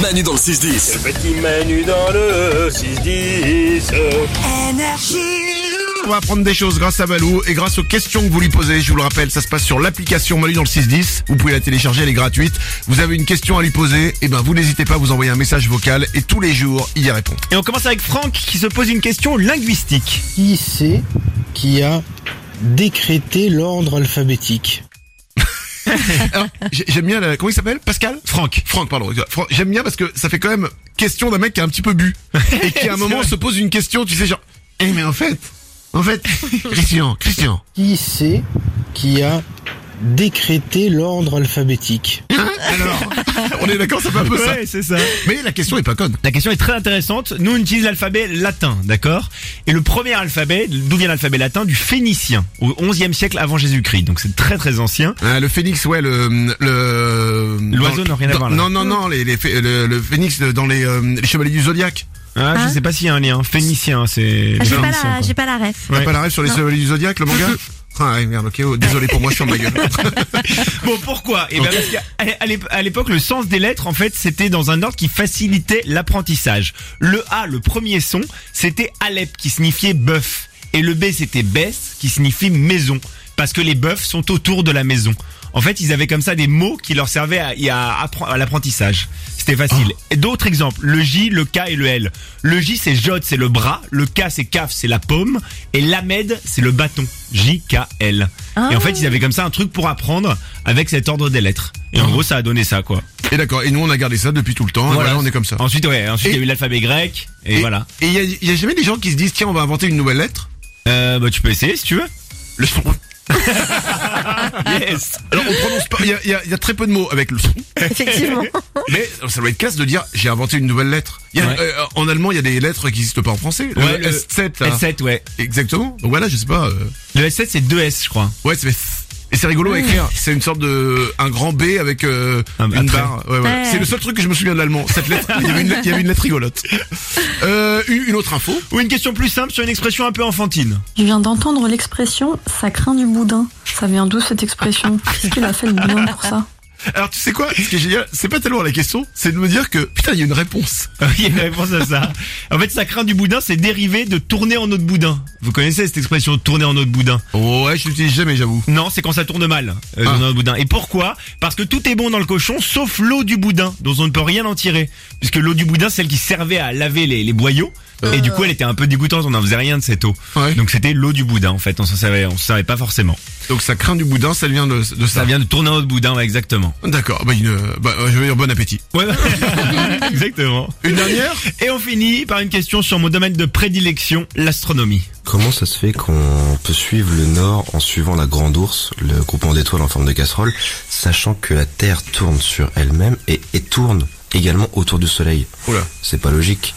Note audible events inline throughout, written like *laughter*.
Manu dans le 6-10. Le petit Manu dans le 6-10. On va apprendre des choses grâce à Balou et grâce aux questions que vous lui posez. Je vous le rappelle, ça se passe sur l'application Manu dans le 610. Vous pouvez la télécharger, elle est gratuite. Vous avez une question à lui poser, et ben vous n'hésitez pas à vous envoyer un message vocal et tous les jours, il y répond. Et on commence avec Franck qui se pose une question linguistique. qui c'est qui a décrété l'ordre alphabétique Alors, j'ai- j'aime bien la, comment il s'appelle Pascal Franck. Franck, pardon. Franck, j'aime bien parce que ça fait quand même question d'un mec qui a un petit peu bu et qui *laughs* à un C'est moment vrai. se pose une question, tu sais genre "Eh mais en fait, en fait, Christian, Christian, Qui c'est qui a décrété l'ordre alphabétique hein *laughs* Alors, on est d'accord, c'est pas un peu ça. c'est ça. Mais la question est pas conne. La question est très intéressante. Nous, on utilise l'alphabet latin, d'accord Et le premier alphabet, d'où vient l'alphabet latin Du phénicien, au 11e siècle avant Jésus-Christ. Donc c'est très très ancien. Ah, le phénix, ouais, le le L'oiseau dans- n'a rien à dans- voir, là. Non, non, non, les, les phé- le, le phénix dans les, euh, les chevaliers du zodiaque. Ah, Hein je sais pas s'il y a un lien. Phénicien, c'est... Ah, j'ai les pas Phéniciens, la, j'ai pas la ref. T'as Ouais. pas la rêve sur les chevaliers du zodiaque, le manga Ah ouais, merde, ok, oh, désolé pour moi, je suis *laughs* en ma gueule. quoi. Bon, pourquoi Eh ben parce qu'à à l'ép- à l'époque, le sens des lettres, en fait, c'était dans un ordre qui facilitait l'apprentissage. Le A, le premier son, c'était Alep, qui signifiait bœuf. Et le B, c'était Bess, qui signifie maison. Parce que les bœufs sont autour de la maison. En fait, ils avaient comme ça des mots qui leur servaient à, et à appren- à l'apprentissage. C'était facile. Et D'autres exemples, le J, le K et le L. Le J, c'est Jod, c'est le bras. Le K, c'est Kaf, c'est la paume. Et l'Amed, c'est le bâton. J, K, L. Et en fait, ils avaient comme ça un truc pour apprendre avec cet ordre des lettres. Et en gros, ça a donné ça, quoi. Et d'accord, et nous on a gardé ça depuis tout le temps, et voilà, on est comme ça. Ensuite, ouais, ensuite, il y Et- a eu l'alphabet grec. Et, Et- voilà. Et il y a, y a jamais des gens qui se disent, tiens, on va inventer une nouvelle lettre Euh, bah, tu peux essayer si tu veux. Le *laughs* Yes. Alors on prononce pas, il y a, y a- y a très peu de mots avec le son. *laughs* Effectivement. Mais ça doit être classe de dire j'ai inventé une nouvelle lettre. Il y a- Ouais. euh, en allemand, il y a des lettres qui n'existent pas en français. Le Ouais, le- S7. là. S7, ouais. Exactement. Donc voilà, je sais pas. euh, Le S7, c'est 2S, je crois. Ouais, c'est et c'est rigolo à écrire. C'est une sorte de un grand B avec euh, Un- un une trait. barre. Ouais, voilà. Ouais. C'est le seul truc que je me souviens de l'allemand. Cette lettre, il y avait une, lettre- il y avait une lettre rigolote. Euh, une une autre info. Ou une question plus simple sur une expression un peu *laughs* enfantine. Je viens d'entendre l'expression ça craint du boudin. Ça vient d'où cette expression Qu'est-ce qu'il a fait le boudin pour ça Alors tu sais quoi Ce qui est génial, c'est pas tellement la question, c'est de me dire que putain, il y a une réponse. Il y a une réponse à ça. En fait, ça craint du boudin, c'est dérivé de tourner en autre boudin. Vous connaissez cette expression de tourner en autre boudin ouais, je l'utilise jamais, j'avoue. Non, c'est quand ça tourne mal, euh, Ah. tourner en autre boudin. Et pourquoi Parce que tout est bon dans le cochon, sauf l'eau du boudin, dont on ne peut rien en tirer. Puisque l'eau du boudin, c'est celle qui servait à laver les, les boyaux. Et du coup, elle était un peu dégoûtante, on n'en faisait rien de cette eau. Euh. Ouais. Donc c'était l'eau du boudin, en fait, on s'en savait, on s'en savait pas forcément. Donc ça craint du boudin, ça vient de, de ça. Ça vient de tourner en autre boudin, ouais, exactement. D'accord. Bah, une, bah, euh, je vais dire bon appétit. Ouais, *laughs* exactement. Une dernière Et on finit par une question sur mon domaine de prédilection, l'astronomie. Comment ça se fait qu'on peut suivre le nord en suivant la grande ours, le groupement d'étoiles en forme de casserole, sachant que la Terre tourne sur elle-même et, et tourne également autour du Soleil Oula. C'est pas logique.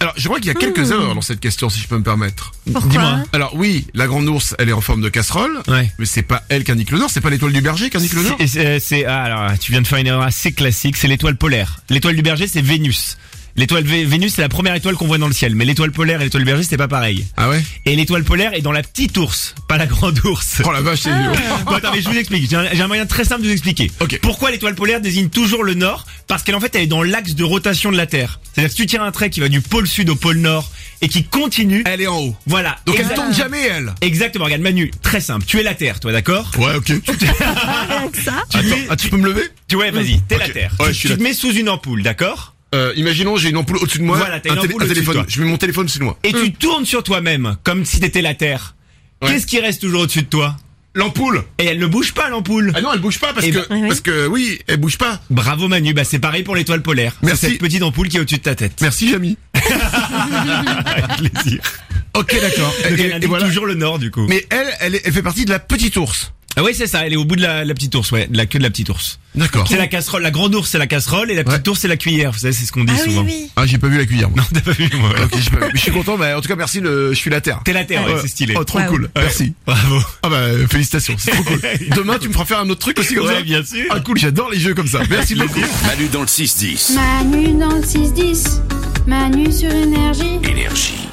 Alors, je crois qu'il y a quelques erreurs dans cette question, si je peux me permettre. Pourquoi Alors oui, la grande ours, elle est en forme de casserole, Ouais. mais c'est pas elle qui indique le nord, c'est pas l'étoile du berger qui indique le nord. C'est- C'est, c'est- ah, alors, tu viens de faire une erreur assez classique, c'est l'étoile polaire. L'étoile du berger, c'est Vénus. L'étoile Vé- Vénus, c'est la première étoile qu'on voit dans le ciel. Mais l'étoile polaire et l'étoile du berger, c'est pas pareil. Ah ouais Et l'étoile polaire est dans la petite ours, pas la grande *laughs* ours. Oh la vache, c'est nul. Bon, attends, mais je vous explique. J'ai un, j'ai un moyen très simple de vous expliquer. Ok. Pourquoi l'étoile polaire désigne toujours le nord Parce qu'elle en fait, elle est dans l'axe de rotation de la Terre. C'est-à-dire que si tu tires un trait qui va du pôle sud au pôle nord et qui continue, Elle est en haut. voilà. Donc elle Exact- tombe jamais, elle. Exactement. Regarde, Manu, très simple. Tu es la Terre, toi, d'accord *laughs* Ouais, ok. Rien que ça. Tu es- ah, tu peux me lever Tu ouais, vas-y, t'es la Ok. Terre. Ouais, Tu- je suis tu la te mets sous une ampoule, d'accord euh, Imaginons, j'ai une ampoule au-dessus de moi. Voilà, t'as un, une télé- ampoule un au-dessus de téléphone. toi. Je mets mon téléphone au-dessus de moi. Et tu tournes sur toi-même, comme si t'étais la Terre. Hmm. Ouais. Qu'est-ce qui reste toujours au-dessus de toi L'ampoule Et elle ne bouge pas, l'ampoule. Ah non, elle bouge pas parce Eh que ben, oui, oui. parce que oui, elle bouge pas. Bravo Manu, bah c'est pareil pour l'étoile polaire. Merci. C'est Cette petite ampoule qui est au-dessus de ta tête. Merci, *laughs* Jamy. Avec plaisir. Ok, d'accord. Et, Donc et- elle et indique voilà. toujours le nord du coup. Mais elle, elle, est- elle fait partie de la petite ours. Ah oui c'est ça, elle est au bout de la, la petite ours, ouais, de la queue de la petite ours. D'accord. C'est la casserole, la grande ours c'est la casserole et la petite ours c'est la cuillère, vous savez c'est ce qu'on dit Ah oui, souvent. oui. Ah, j'ai pas vu la cuillère. Moi. T'as pas vu moi Ok, j'ai pas vu. Je suis content, mais en tout cas, merci. Le, je suis la terre. T'es la terre, ouais, c'est stylé. Oh, trop Waouh. cool. Merci. Bravo. Ah bah euh, félicitations, c'est trop *laughs* cool. Demain tu me feras faire un autre truc aussi comme Ouais, ça. bien sûr. Ah cool, j'adore les jeux comme ça. Merci beaucoup. Manu dans le 6-10. Manu dans le 6-10, Manu sur énergie. Énergie.